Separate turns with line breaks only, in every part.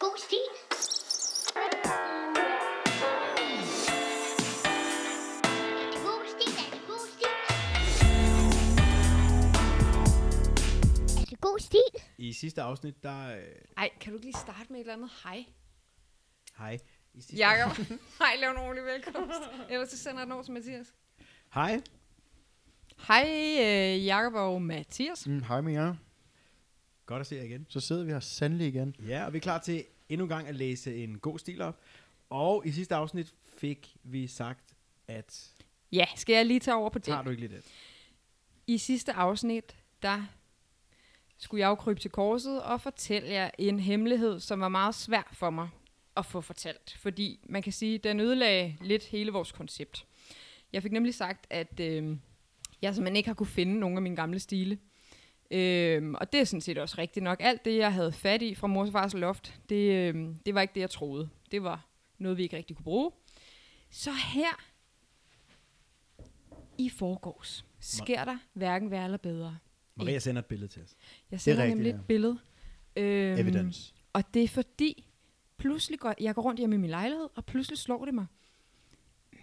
Boosty. God stil.
I sidste afsnit, der... Øh,
Ej, kan du ikke lige starte med et eller andet hej?
hej. I sidste
Jakob, hej, lav en ordentlig velkomst. Ellers så sender jeg den over til Mathias.
Hej.
Hej, øh, Jakob og Mathias.
Mm, hej med jer.
Godt at se jer igen.
Så sidder vi her sandelig igen.
Ja, og vi er klar til endnu en gang at læse en god stil op. Og i sidste afsnit fik vi sagt, at...
Ja, skal jeg lige tage over på det?
Tager du ikke lige det?
I sidste afsnit, der skulle jeg jo krybe til korset og fortælle jer en hemmelighed, som var meget svær for mig at få fortalt. Fordi man kan sige, den ødelagde lidt hele vores koncept. Jeg fik nemlig sagt, at øh, jeg simpelthen ikke har kunne finde nogen af mine gamle stile. Øhm, og det er sådan set også rigtigt nok. Alt det, jeg havde fat i fra mors og fars loft, det, øhm, det var ikke det, jeg troede. Det var noget, vi ikke rigtig kunne bruge. Så her i forgårs sker der hverken værre eller bedre.
Maria sender et billede til os.
Jeg sender
rigtigt,
nemlig
ja.
et billede. Øhm,
Evidence.
Og det er fordi, pludselig går, jeg går rundt hjemme i min lejlighed, og pludselig slår det mig.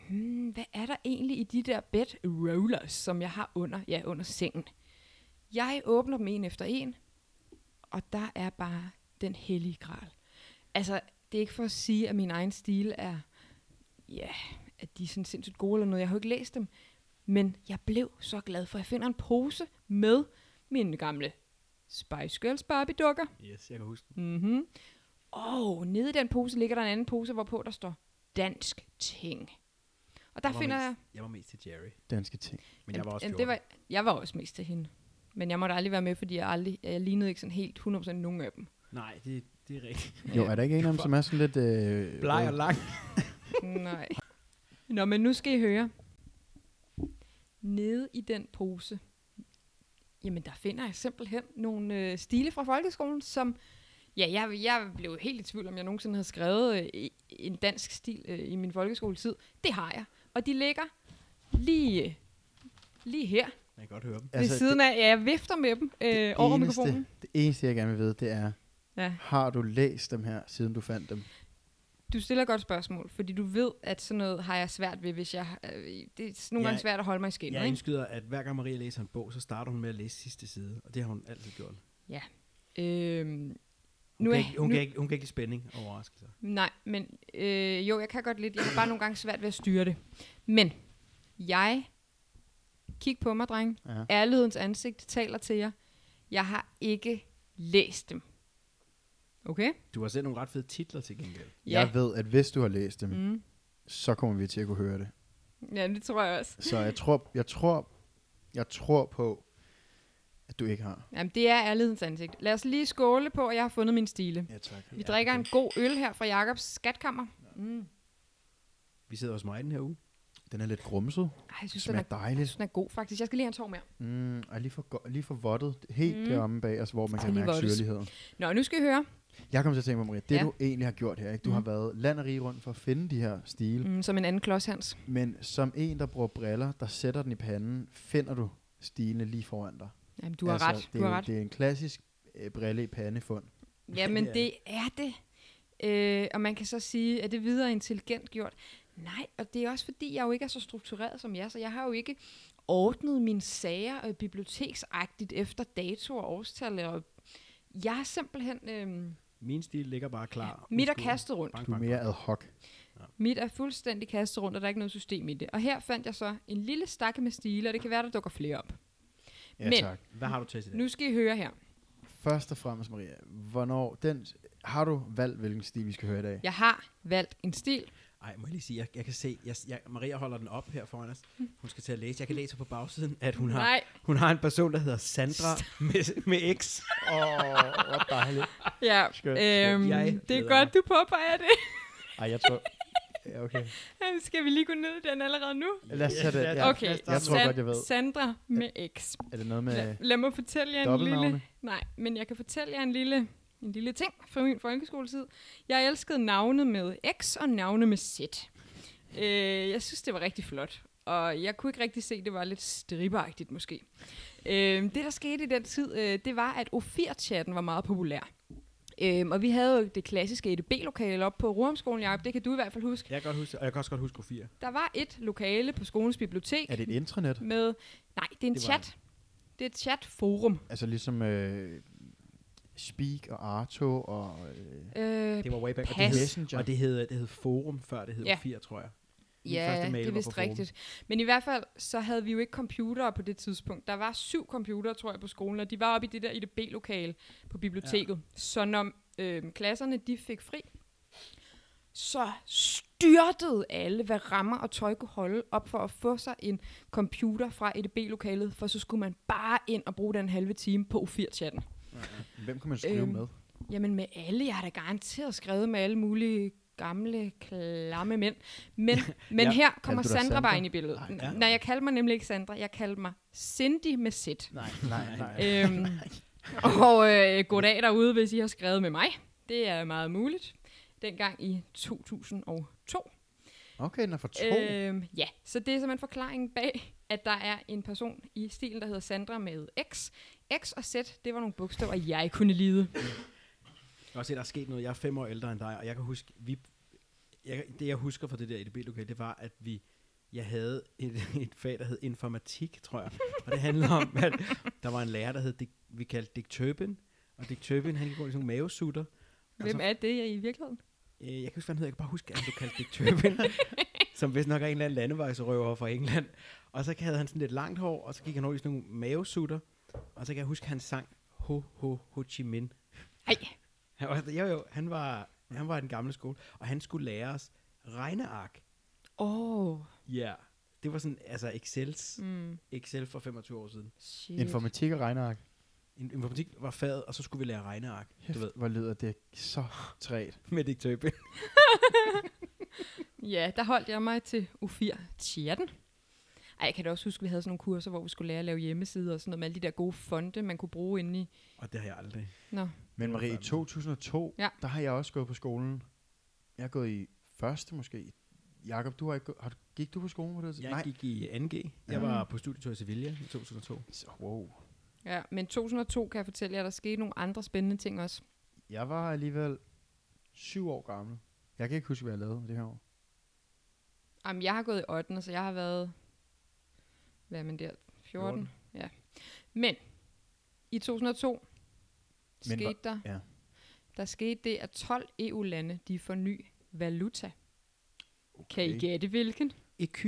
Hmm, hvad er der egentlig i de der bed rollers, som jeg har under, ja, under sengen? Jeg åbner dem en efter en, og der er bare den hellige gral. Altså, det er ikke for at sige, at min egen stil er, ja, at de er sådan sindssygt gode eller noget. Jeg har jo ikke læst dem. Men jeg blev så glad, for jeg finder en pose med mine gamle Spice Girls Barbie-dukker.
Yes, jeg kan huske den.
Mm-hmm. Og nede i den pose ligger der en anden pose, hvorpå der står dansk ting. Og der
var
finder
mest,
jeg...
Jeg var mest til Jerry, men
Danske ting.
jeg var også
jamen, det var, jeg var også mest til hende. Men jeg måtte aldrig være med, fordi jeg, aldrig, jeg lignede ikke sådan helt 100% nogen af dem.
Nej, det, det er rigtigt.
Jo, er der ikke en af dem, som er sådan lidt... Øh,
Bleg og
rød?
lang.
Nej. Nå, men nu skal I høre. Nede i den pose, jamen der finder jeg simpelthen nogle øh, stile fra folkeskolen, som... Ja, jeg, jeg blev helt i tvivl, om jeg nogensinde havde skrevet øh, i- en dansk stil øh, i min folkeskoletid. Det har jeg. Og de ligger lige, øh, lige her
Jeg kan godt høre dem.
altså, ved siden af. Ja, jeg vifter med dem øh, over mikrofonen.
Det eneste, jeg gerne vil vide, det er,
Ja.
har du læst dem her, siden du fandt dem?
Du stiller et godt spørgsmål, fordi du ved, at sådan noget har jeg svært ved, hvis jeg... Øh, det er nogle
Ja,
gange svært at holde mig i skinnet,
Jeg
ikke?
indskyder, at hver gang Maria læser en bog, så starter hun med at læse sidste side. Og det har hun altid gjort. Hun,
Øhm,
nu
nu
kan,
er,
ikke, hun,
nu,
kan ikke, hun kan ikke lide spænding og overraskelser.
Nej, men øh, jo, jeg kan godt lidt. Jeg har bare nogle gange svært ved at styre det. Men jeg... Kig på mig, dreng.
Ja.
Ærlighedens ansigt taler til jer. Jeg har ikke læst dem. Okay?
Du har selv nogle ret fede titler til gengæld.
Jeg ved, at hvis du har læst dem,
Mm.
så kommer vi til at kunne høre det.
Ja, det tror jeg også.
Så jeg tror, jeg tror, jeg tror på, at du ikke har.
Jamen, det er ærlighedens ansigt. Lad os lige skåle på, at jeg har fundet min stile.
Ja, tak.
Vi drikker en god øl her fra Jakobs skatkammer. Mm.
Vi sidder hos mig i den her uge.
Den er lidt grumset.
Ej, jeg
Det
synes, den er,
smager
jeg
dejligt.
synes, den er god, faktisk. Jeg skal lige have en tår mere.
Mm, og lige for, go- lige for vottet. Helt
Mm.
mm. deromme bag os, hvor man
Skal
kan
lige
mærke
vottes.
syrligheden.
Nå, nu skal I høre.
Jeg kom til at tænke på, Maria, det
Ja.
ja. du egentlig har gjort her, ikke? du mm. har
Mhm.
været land og rige rundt for at finde de her stile, mm.
Mm, som en anden klods, Hans.
men som en, der bruger briller, der sætter den i panden, finder du stilene lige foran dig.
Jamen, du har altså, ret.
Det,
Du
er
har
jo-
ret.
det er en klassisk øh, brille i pandefund.
Jamen,
Det er
det er det. Øh, og man kan så sige, er det videre intelligent gjort? Nej, og det er også fordi, jeg jo ikke er så struktureret som jeg, så jeg har jo ikke ordnet mine sager øh, biblioteksagtigt efter datoer og årstal. Og jeg er simpelthen... Øh,
Min stil ligger bare klar.
mit er
Udskåret.
kastet rundt.
Bang,
Du er
bang,
mere
bang.
ad hoc.
Mit er fuldstændig kastet rundt, og der er ikke noget system i det. Og her fandt jeg så en lille stakke med stile, og det kan være, der dukker flere op.
Ja,
Men-
men. tak.
Hvad har du til i dag?
Nu skal I høre her.
Først og fremmest, Maria, hvornår den, har du valgt, hvilken stil vi skal høre i dag?
Jeg har valgt en stil.
Ej, må jeg lige sige, jeg, jeg kan se, jeg, jeg, Maria holder den op her foran os. Hun skal til at læse. Jeg kan læse på bagsiden, at hun har,
Nej,
hun har en person, der hedder Sandra med, med X.
Åh, oh, hvor dejligt.
ja,
Skønt.
øhm,
Jeg
det er
glæder
godt, du påpeger det.
Ej, jeg tror... Ja, okay.
Skal vi lige gå ned i den allerede nu?
Lad os tage det.
Ja,
Ja.
Okay,
lad os
Jeg
starte
tror
med-
godt, jeg ved.
Sandra med X.
Er det noget med...
Lad, lad mig fortælle jer en lille...
Dobbeltnavne?
Nej, men jeg kan fortælle jer en lille, en lille ting fra min folkeskoletid. Jeg elskede navne med X og navne med Z. Øh, jeg synes, det var rigtig flot. Og jeg kunne ikke rigtig se, det var lidt stribagtigt måske. Øh, det, der skete i den tid, øh, det var, at O4-chatten var meget populær. Øhm, og vi havde jo det klassiske E EDB-lokale op på Ruhamskolen, Jacob. Det kan du i hvert fald huske.
Jeg kan godt huske det, og jeg kan også godt huske Q4.
Der var et lokale på skolens bibliotek
Er det et intranet?
med... Nej, det er en
Det
det
var-
chat. Det er et chatforum.
Altså ligesom øh, Speak og Arto og... Øh,
Øh,
Det var way back. Og det,
Pas.
hed,
Messenger.
og det hed, det hed Forum, før det hed
Ja.
ja. 4, tror jeg. Min første
ja,
mail
det er
var
vist
på forum.
rigtigt. Men i hvert fald, så havde vi jo ikke computere på det tidspunkt. Der var syv computere, tror jeg, på skolen, og de var oppe i det der IDB-lokale på biblioteket. Ja. Så når øh, klasserne de fik fri, så styrtede alle, hvad rammer og tøj kunne holde, op for at få sig en computer fra EDB-lokalet, for så skulle man bare ind og bruge den halve time på U4-chatten.
hvem kan man skrive
Øhm,
med?
Jamen med alle, jeg har da garanteret skrevet med alle mulige gamle, klamme mænd. Men, men
Ja.
ja. her kommer
Kaldte du dig
Sandra
Sandra?
bare ind i billedet.
Ej,
Ej,
ja.
ja. Nej, jeg kaldte mig nemlig ikke Sandra, jeg kaldte mig Cindy med Z.
Nej, nej, nej.
Øhm, og øh, goddag derude, hvis I har skrevet med mig. Det er meget muligt. Dengang i 2002.
Okay, den er for to.
Øhm, ja, så det er simpelthen forklaringen bag, at der er en person i stilen, der hedder Sandra med X. X og Z, det var nogle bogstaver, jeg kunne lide.
Jeg kan også se, der er sket noget. Jeg er fem år ældre end dig, og jeg kan huske, vi, jeg, det jeg husker fra det der EDB-lokale, det var, at vi, jeg havde et, et fag, der hed informatik, tror jeg. Og det handlede om, at der var en lærer, der hed, Dick, vi kaldte Dick Turbin. Og Dick Turbin, han gik rundt i sådan nogle mavesutter.
Altså,
Hvem er det jeg i virkeligheden?
Øh, jeg kan ikke huske, hvad han hed. Jeg kan bare huske, at han blev kaldt Dick Turpin. som vist nok er en eller anden landevejsrøver fra England. Og så havde han sådan lidt langt hår, og så gik han over i sådan nogle mavesutter. Og så kan jeg huske, at han sang Ho Ho Ho Chi Minh.
Ej.
Han var, jo, jo, han var, han var i den gamle skole, og han skulle lære os regneark.
Åh, oh,
Ja. Yeah. Det var sådan, altså Excels,
mm,
Excel for 25 år siden.
shit.
Informatik og regneark.
In- Informatik var faget, og så skulle vi lære regneark, du ved,
Hæft, hvor lyder det så træt.
med Dick Turpin.
ja, der holdt jeg mig til U4 chatten. Ej, jeg kan da også huske, at vi havde sådan nogle kurser, hvor vi skulle lære at lave hjemmesider og sådan noget med alle de der gode fonde, man kunne bruge inde i.
Og det har jeg aldrig.
Nå,
Men Marie, i 2002,
Ja.
ja. der har jeg også gået på skolen. Jeg har gået i første måske. Jakob, du har ikke gået, har, du- gik du på skolen på det?
Jeg
Nej.
gik i 2G. Jeg var på studietur i Sevilla i 2002.
Så- Wow.
ja, men 2002 kan jeg fortælle jer, der skete nogle andre spændende ting også.
Jeg var alligevel syv år gammel. Jeg kan ikke huske, hvad jeg lavede det her år.
Jamen, jeg har gået i 8. så jeg har været, hvad er man der, 14? 14. Ja. Men i 2002
Men
skete der,
ja.
der skete det, at 12 EU-lande, de får ny valuta. Okay. Kan I gætte hvilken?
EQ.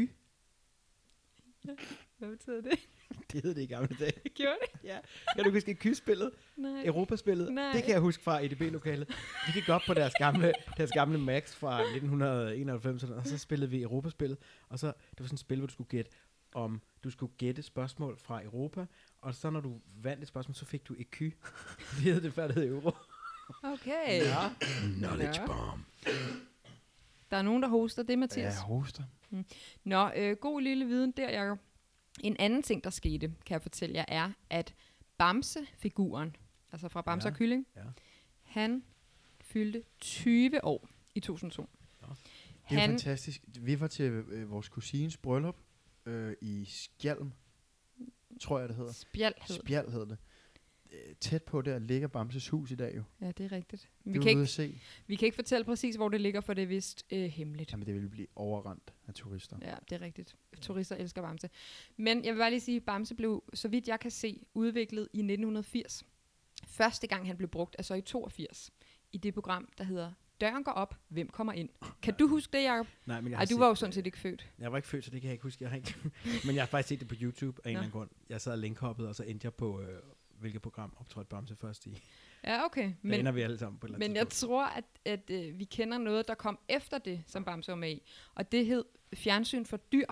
Hvad betyder det?
Det hed det i gamle dage.
Gjorde det?
Kan du huske EQ-spillet?
Nej.
Europaspillet?
Nej.
Det kan jeg huske fra EDB-lokalet. Vi gik op på deres gamle, deres gamle Max fra 1991, og så spillede vi Europaspillet. Og så, det var sådan et spil, hvor du skulle gætte om du skulle gætte spørgsmål fra Europa, og så når du vandt et spørgsmål, så fik du EQ. Det hed det før, det hed euro.
Okay. Ja.
Knowledge
Ja.
bomb.
Der er nogen, der hoster det, Mathias.
Ja,
Ja.
hoster.
Nå, øh, god lille viden der, Jacob. En anden ting, der skete, kan jeg fortælle jer, er, at Bamse-figuren, altså fra Bamse
Ja,
ja. og Kylling,
ja.
ja. han fyldte 20 år i 2002.
Nå.
Det er jo
Han,
fantastisk. Vi var til øh, vores kusines bryllup øh, i Skjalm, tror jeg, det hedder.
Spjald hed.
Spjald hed det. Øh, Tæt på der ligger Bamses hus i dag jo.
Ja, det er rigtigt. Men
Vi
Vi
det
kan,
var ude
ikke,
at se.
vi kan ikke fortælle præcis, hvor det ligger, for det er vist øh, hemmeligt.
Jamen, det ville blive overrendt af turister.
Ja, det er rigtigt. Turister elsker Bamse. Men jeg vil bare lige sige, at Bamse blev, så vidt jeg kan se, udviklet i 1980. Første gang han blev brugt er så i 82, i det program, der hedder Døren går op, hvem kommer ind? Kan du huske det, Jacob?
Nej, men jeg har
Ej, du
set-
var jo sådan set ikke født.
Jeg var ikke født, så det kan jeg ikke huske. Jeg har ikke, men jeg har faktisk set det på YouTube af en
Nå.
eller anden grund. Jeg sad og linkhoppede, og så endte jeg på, øh, hvilket program optrådte Bamse først i. Der
Ja, okay.
men,
Men,
ender vi alle sammen på et eller andet
men jeg tror, at, at øh, vi kender noget, der kom efter det, som Bamse var med i. Og det hed Fjernsyn for dyr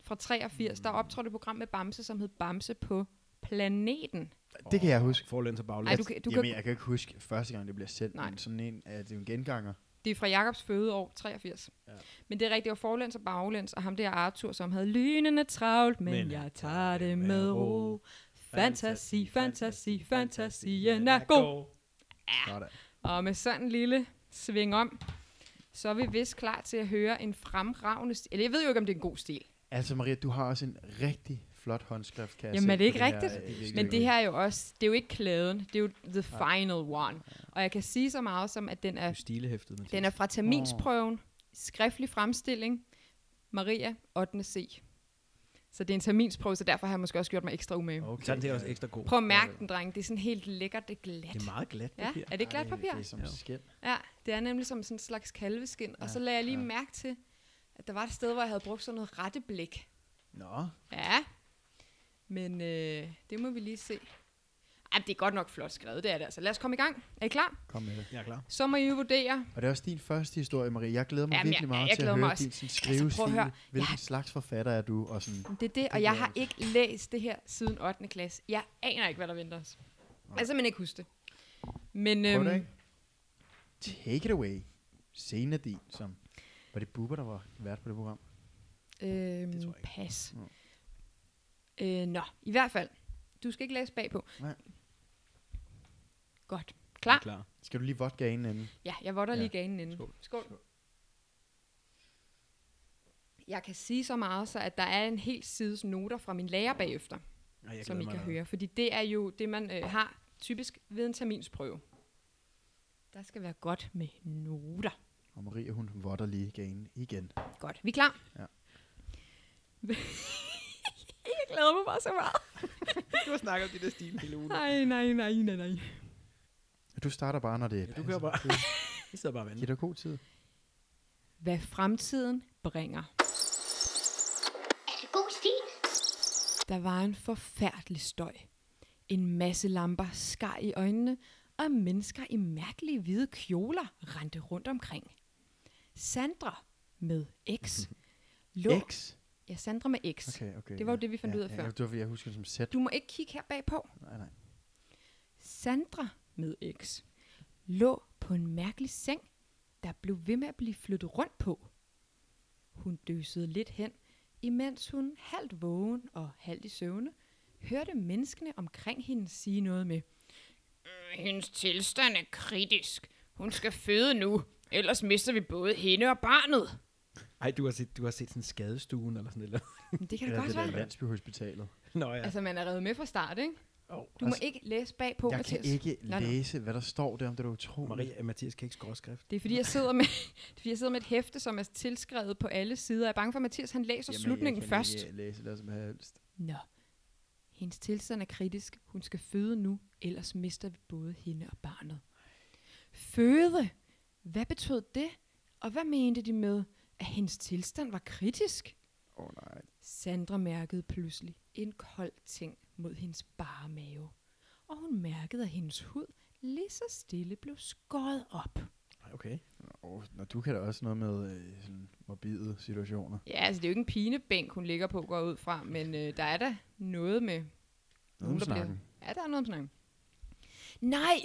fra
Mm.
83. Der optrådte et program med Bamse, som hed Bamse på planeten.
tidspunkt.
Det kan jeg huske.
Og Forlæns og baglæns.
Ej, du, kan- du
Jamen,
kan,
jeg kan ikke huske første gang, det bliver sendt.
Nej.
Nej. Men sådan en, at det er jo en genganger.
Det er fra Jakobs fødeår, 83.
Ja.
Ja. Men det er rigtigt, det var forlæns og baglæns, og ham der Arthur, som havde lynende travlt, men, men jeg tager det med ro. Fantasi, fantasi, fantasien er god.
Sådan.
Og med sådan en lille sving om, så er vi vist klar til at høre en fremragende stil. Eller jeg ved jo ikke, om det er en god stil.
Altså Maria, du har også en rigtig flot håndskrift, kan jeg
Jamen,
se
er det
på
ikke
her,
rigtigt?
at det er virkelig
Men det
godt.
her er jo også, det er jo ikke klæden, det er jo the
Nej.
final one. Og jeg kan sige så meget som, at den er
Ja. Stilehæftet, Mathias.
Den er fra terminsprøven, skriftlig fremstilling, Maria 8. C. Så det er en terminsprøve, så derfor har jeg måske også gjort mig ekstra umage.
Okay.
Så er den er også ekstra god.
Prøv at mærke den, dreng. Det er sådan helt lækkert, det er glat.
Øh. Det er meget glat
Ja,
papir.
er det glat
Ej,
papir?
Det er som
Ja.
skin.
Ja, det er nemlig som sådan en slags kalveskin.
Ja,
Og så lagde jeg lige
ja.
mærke til, at der var et sted, hvor jeg havde brugt sådan noget retteblik.
Nå,
Ja, men øh, det må vi lige se. Ej, det er godt nok flot skrevet, det er det altså. Lad os komme i gang. Er I klar?
kom med det.
Jeg er klar.
Så må I jo vurdere,
Og det er også din første historie, Marie. Jeg glæder mig
Jamen, jeg-
virkelig
jeg
meget til at
glæder
høre
mig også.
din sådan,
prøv at
skrivestil.
høre.
Altså,
Jeg
Hvilken slags forfatter er du? Og sådan,
Det er det, og
Det
jeg
gør
har
jeg
ikke læst det her siden 8. klasse. Jeg aner ikke, hvad der venter os. Jeg kan simpelthen ikke huske det. Men
prøv
øhm,
det, ikke? Take it away. Scenen er din, som... Var det Bubber, der var vært på det program?
øhm,
Det tror jeg ikke.
pas.
Mm.
Øh, nå, i hvert fald. Du skal ikke læse bagpå.
Nej.
Godt. Klar?
Jeg er klar.
Skal du lige vodka inden anden?
Ja, jeg votter
Ja.
lige ganen inden. Skål. Skål. Jeg kan sige så meget, så at der er en hel sides noter fra min lærer bagefter.
Ej, jeg
som I
glæder
kan
mig
høre. Fordi det er jo det, man øh, har typisk ved en terminsprøve. Der skal være godt med noter.
Og Marie, hun votter lige ganen igen.
Godt. Vi er klar?
Ja.
jeg glæder mig bare så meget.
Du har snakket om det der stil hele ugen.
Nej, nej, nej, nej, nej.
Du starter bare, når det
Ja, du kører bare. Jeg sidder bare og
Giv
venter.
dig god tid.
Hvad fremtiden bringer.
Er det god stil?
Der var en forfærdelig støj. En masse lamper skar i øjnene, og mennesker i mærkelige hvide kjoler rendte rundt omkring. Sandra med X lå...
X?
Ja, Sandra med X.
Okay, okay.
Det var jo det, vi fandt
ja,
ud af
ja,
før.
Ja, det var, fordi jeg husker det som sæt.
Du må ikke kigge her bagpå.
Nej, nej.
Sandra med X lå på en mærkelig seng, der blev ved med at blive flyttet rundt på. Hun døsede lidt hen, imens hun halvt vågen og halvt i søvne hørte menneskene omkring hende sige noget med "Øh, Hendes tilstand er kritisk. Hun skal føde nu, ellers mister vi både hende og barnet.
Ej, du har set, du har set sådan skadestuen eller sådan noget.
Men det kan da
Eller
godt
det der
være.
landsbyhospitalet.
Nå ja.
Altså, man er reddet med fra start, ikke?
Oh,
Du
altså,
må ikke læse bagpå,
Jeg
Mathias.
kan ikke
Nå, nå.
læse, hvad der står der, om det er utroligt.
Maria og øh, Mathias kan ikke skråskrift.
Det er fordi, jeg sidder med, det er, fordi jeg sidder med et hæfte, som er tilskrevet på alle sider. Jeg er bange for, at Mathias han læser Jamen, slutningen først.
Jeg kan øh, ikke læse det som helst.
Nå. Hendes tilstand er kritisk. Hun skal føde nu, ellers mister vi både hende og barnet. Føde? Hvad betød det? Og hvad mente de med, at hendes tilstand var kritisk?
Åh oh, nej.
Sandra mærkede pludselig en kold ting mod hendes bare mave. Og hun mærkede, at hendes hud lige så stille blev skåret op.
Ej, okay.
Oh, når du kan da også noget med øh, sådan morbide situationer.
Ja, altså det er jo ikke en pinebænk, hun ligger på, går ud fra, men øh, der er da noget med...
Nogen
der
snakken.
Bliver... Ja, der er noget om snakken. Nej!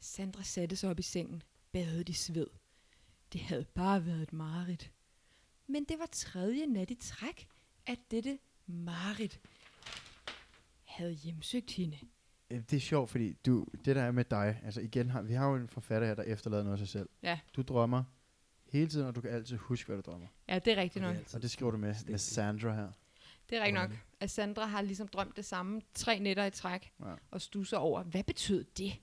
Sandra satte sig op i sengen, badet i sved. Det havde bare været et mareridt. Men det var tredje nat i træk, at dette mareridt havde hjemsøgt hende.
Øh, Det er sjovt, fordi du, det der er med dig, altså igen, har, vi har jo en forfatter her, der efterlader noget af sig selv.
Ja.
Du drømmer hele tiden, og du kan altid huske, hvad du drømmer.
Ja, det er rigtigt nok.
Og det skriver du med, med Sandra her.
Det er rigtigt nok,
Underligt.
at Sandra har ligesom drømt det samme tre nætter i træk,
Ja.
ja. og stusser over, hvad betød det?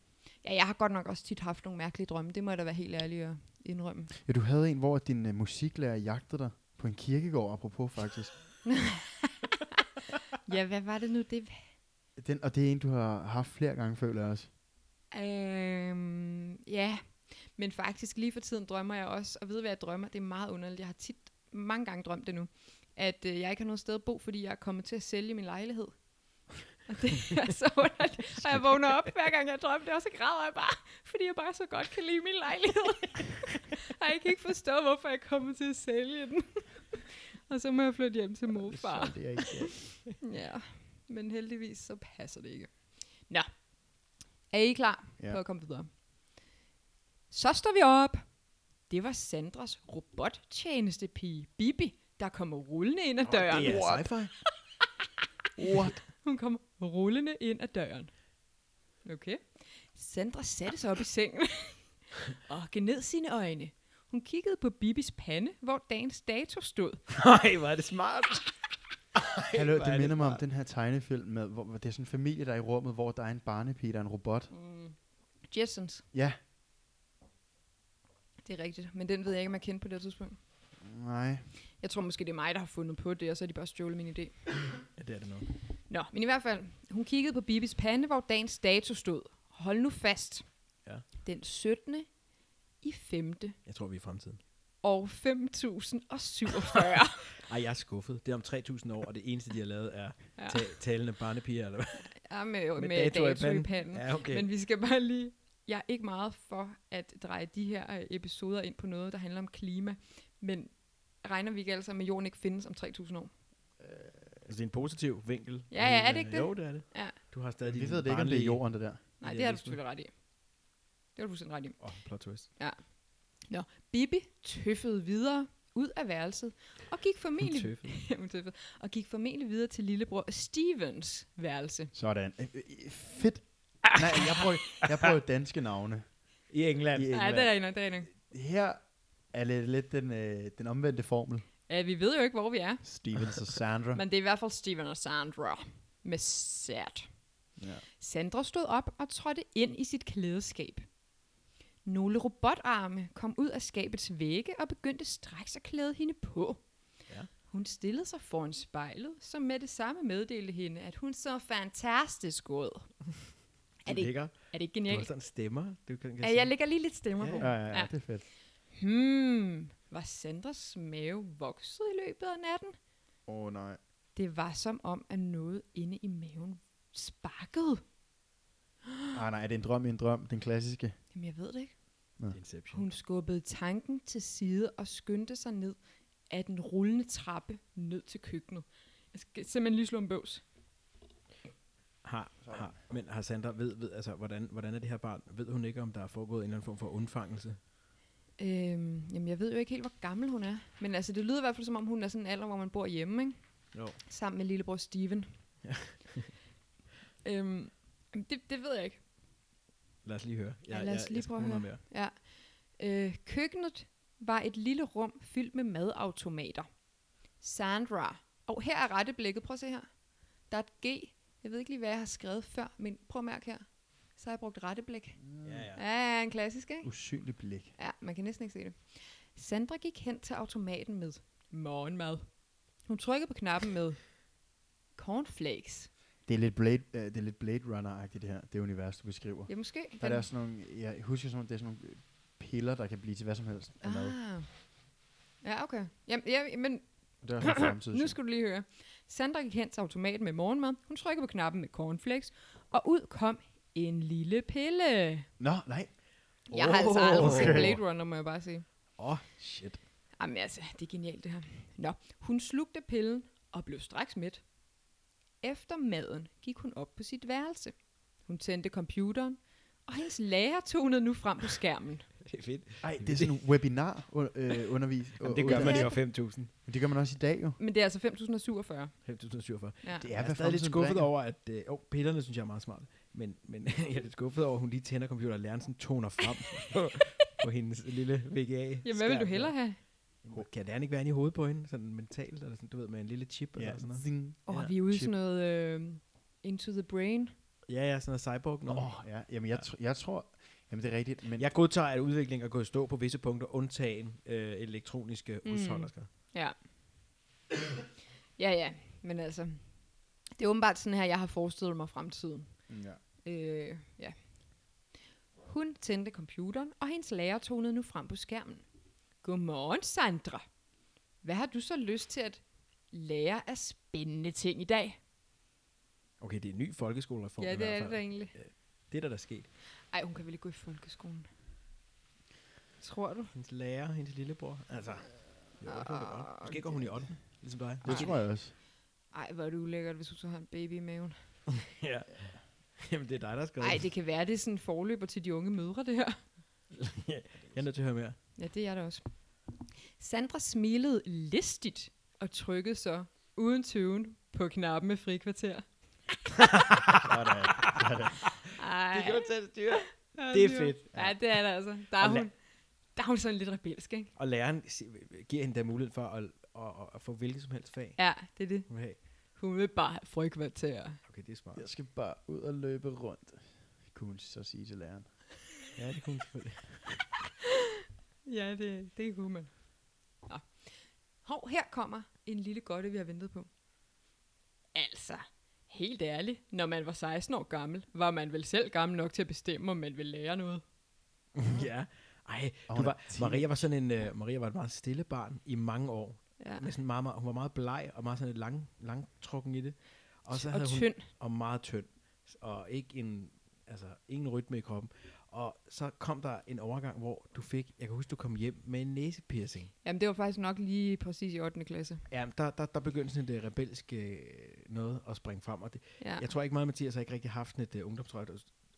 Ja, jeg har godt nok også tit haft nogle mærkelige drømme, det må jeg da være helt ærlig at indrømme.
Ja, du havde en, hvor din øh, musiklærer jagtede dig på en kirkegård, apropos faktisk.
Ja, hvad var det nu? Det
Den, og det er en, du har haft flere gange, føler jeg også.
øhm, ja, men faktisk lige for tiden drømmer jeg også, og ved hvad jeg drømmer, det er meget underligt. Jeg har tit, mange gange drømt det nu, at øh, jeg ikke har noget sted at bo, fordi jeg er kommet til at sælge min lejlighed. Og det er så underligt. Og jeg vågner op, hver gang jeg drømmer det, og så græder jeg bare, fordi jeg bare så godt kan lide min lejlighed. og jeg kan ikke forstå, hvorfor jeg er kommet til at sælge den. og så må jeg flytte hjem til morfar.
Det er ikke
Ja, men heldigvis så passer det ikke. Nå, er I klar
Ja.
ja. på at komme videre? Så står vi op. Det var Sandras robottjenestepige, Bibi, der kommer rullende ind ad døren.
det er
Wow.
sci-fi.
What?
Hun kommer rullende ind ad døren. Okay. Sandra satte sig op i sengen og gav ned sine øjne. Hun kiggede på Bibis pande, hvor dagens dato stod.
Nej, hvor er det smart.
Hallo,
hvor er
det
det
minder mig om
rart.
den her tegnefilm, med, hvor, hvor det er sådan en familie, der er i rummet, hvor der er en barnepige, der er en robot.
Mm. Jetsons.
Ja,
Det er rigtigt, men den ved jeg ikke, om jeg kendte på det her tidspunkt.
nej.
Jeg tror måske, det er mig, der har fundet på det, og så har de bare stjålet min idé.
Ja, det er det nok.
Nå, men i hvert fald, hun kiggede på Bibis pande, hvor dagens dato stod. Hold nu fast.
Ja.
Den 17. i 5.
Jeg tror, vi er i fremtiden.
og 5047.
Ej, jeg er skuffet. Det er om 3.000 år, og det eneste, de har lavet, er
Ja.
ta- talende barnepiger. Eller hvad?
ja, med, øh, med,
Med
med dato,
datoer i
i
panden.
panden.
Ja, okay.
Mm. Men vi skal bare lige... Jeg er ikke meget for at dreje de her øh, episoder ind på noget, der handler om klima. Men regner vi ikke altså med, at jorden ikke findes om 3.000 år?
Altså, det er en positiv vinkel.
Ja, ja, er det
Men,
ikke
øh,
det?
Jo, det er det.
Ja.
Du har stadig
Vi
din
ved det ikke, om det er
barnlige-
jorden, det der.
Nej,
Ja,
det har du
det er
selvfølgelig ret i. Det har du fuldstændig ret i.
Åh, oh, plot twist.
Bibi tøffede videre ud af værelset og gik
Hun
formentlig,
tøffede.
Hun tøffede. og gik formentlig videre til lillebror Stevens værelse.
Sådan. Øh, øh, Fedt. Nej, jeg prøver, jeg prøver danske navne.
I England.
I-
Yeah.
Nej,
England.
det er ikke, det er ikke.
Her er lidt, lidt den, øh, den omvendte formel.
Ja, vi ved jo ikke, hvor vi er.
Stevens og Sandra.
Men det er i hvert fald Steven og Sandra med sæt.
Ja.
Sandra stod op og trådte ind i sit klædeskab. Nogle robotarme kom ud af skabets vægge og begyndte straks at klæde hende på.
Ja.
Hun stillede sig foran spejlet, som med det samme meddelte hende, at hun så fantastisk ud. er, det,
Lækker.
er det ikke
Du har
genialt?
sådan stemmer. Du kan, kan
Ja, jeg lægger lige lidt stemmer
Ja,
på.
Ja, ja, ja, det er fedt.
Hmm, var Sandras mave vokset i løbet af natten?
Åh, oh, nej.
Det var som om, at noget inde i maven sparkede.
Ah, nej, er det en drøm i en drøm? Den klassiske?
Jamen, jeg ved det ikke.
lægger. Inception.
Hun skubbede tanken til side og skyndte sig ned af den rullende trappe ned til køkkenet. Jeg skal simpelthen lige slå en bøvs.
Har, har, men har Sandra, ved, ved, altså, hvordan, hvordan er det her barn? Ved hun ikke, om der er foregået en eller anden form for undfangelse?
Øhm, jamen, jeg ved jo ikke helt, hvor gammel hun er. Men altså, det lyder i hvert fald, som om hun er sådan en alder, hvor man bor hjemme, ikke?
Jo.
Sammen med lillebror Steven. Ja. øhm, jamen, det, det ved jeg ikke.
Lad os lige høre.
Ja, lad os lige
skal
prøve at
bruge noget mere.
Ja. Øh, køkkenet var et lille rum fyldt med madautomater. Sandra. Og her er retteblikket. Prøv at se her. Der er et G. Jeg ved ikke lige, hvad jeg har skrevet før, men prøv at mærke her. Så har jeg brugt retteblik.
Ja, ja.
Ja, ja en klassisk, ikke?
Usynlig blik.
Ja, man kan næsten ikke se det. Sandra gik hen til automaten med morgenmad. Hun trykkede på knappen med cornflakes.
Det er lidt Blade, øh, det er lidt Blade Runner-agtigt det her, det univers, du beskriver.
Ja, måske.
Der er der sådan nogle, jeg husker sådan, nogle- det er sådan nogle øh, piller, der kan blive til hvad som helst af mad.
ah. Ja, okay. Jamen, ja, men
Det er sådan en fremtid.
Nu skal du lige høre. Sandra gik hen til automaten med morgenmad. Hun trykker på knappen med cornflakes, og ud kom en lille pille.
Nå, nej.
Jeg har altså aldrig set
okay.
Blade Runner, må jeg bare sige.
Åh, oh, shit.
Jamen altså, det er genialt det her. Nå, hun slugte pillen og blev straks mæt. Efter maden gik hun op på sit værelse. Hun tændte computeren, og hendes lærer tonede nu frem på skærmen.
Det er fedt.
Ej, det er sådan en webinar øh, undervis.
Jamen, det gør man
undervis-
jo 5.000.
Men det gør man også i dag jo.
Men det er altså 5047.
5.047.
Ja.
Det
Jeg
er,
er
hvad
stadig lidt
fremtiden
skuffet
bringer.
over, at... Øh, oh, pillerne synes jeg er meget smart. Men, men jeg er lidt skuffet over, at hun lige tænder computer og læreren sådan toner frem på, på hendes lille VGA.
Jamen, hvad vil du hellere have?
Kan læreren ikke være inde i hovedet på hende, sådan mentalt, eller sådan, du ved, med en lille chip eller sådan noget?
Zing.
Åh,
Ja,
vi er ude i
chip.
sådan noget øh, Into the Brain.
Ja, ja, sådan noget cyborg
Nå,
noget.
ja. Jamen, jeg, tr- jeg tror... Jamen, det er rigtigt, men...
Jeg godtager, at udviklingen er gået i stå på visse punkter, undtagen øh, elektroniske
Mm.
mm. husholdersker.
Ja. ja, ja, men altså, det er åbenbart sådan her, jeg har forestillet mig fremtiden.
Ja.
Øh, ja. Hun tændte computeren, og hendes lærer tonede nu frem på skærmen. Godmorgen, Sandra. Hvad har du så lyst til at lære af spændende ting i dag?
Okay, det er en ny folkeskolereform
ja,
i
det
hvert
er
fald.
det da egentlig.
Det er der, der er sket.
Ej, hun kan vel ikke gå i folkeskolen. Tror du?
Hendes lærer, hendes lillebror. Altså,
Øh,
jo, jeg tror, det er godt. Måske går hun i 8. Ligesom dig.
Ah.
Det tror jeg også.
Ej, hvor er det ulækkert, hvis du så har en baby i maven.
ja. Jamen, det er dig, der skal.
Ej, det kan være, det er sådan en forløber til de unge mødre, det her.
Jeg er nødt til at høre mere.
Ja, det er jeg da også. Sandra smilede listigt og trykkede så uden tøven på knappen med frikvarter.
Sådan.
Ej,
til at styre.
ja,
det er
jo-
fedt.
Ja, det er det altså. Der er,
Og la-
hun, der er hun sådan lidt rebelsk, ikke?
Og læreren si- giver hende da mulighed for at, at, at, at få hvilket som helst fag,
Ja, det er det.
hun vil have.
Hun vil bare have frøkvarter.
Okay, det er smart.
Jeg skal bare ud og løbe rundt, kunne hun så sige til læreren.
Ja, det kunne hun selvfølgelig.
Ja, det, det kunne man. Nå. Hov, her kommer en lille godte, vi har ventet på. Altså, helt ærligt, når man var 16 år gammel, var man vel selv gammel nok til at bestemme, om man ville lære noget.
ja. Ej,
Og
du
hun er
var, Maria var sådan en, uh, Maria var et meget stille barn i mange år.
Ja.
Med sådan meget, meget, hun var meget bleg og meget sådan lidt lang, langtrukken i det. Og så
Og
havde hun,
tynd.
og meget tynd, og ikke en, altså, ingen rytme i kroppen. Og så kom der en overgang, hvor du fik, jeg kan huske, du kom hjem med en næsepiercing.
Jamen, det var faktisk nok lige præcis i 8. klasse.
Ja, der, der, der begyndte sådan et uh, rebelsk uh, noget at springe frem. Og det,
Ja.
ja. Jeg tror ikke meget, Mathias har ikke rigtig haft sådan et uh, ungdomsoprør,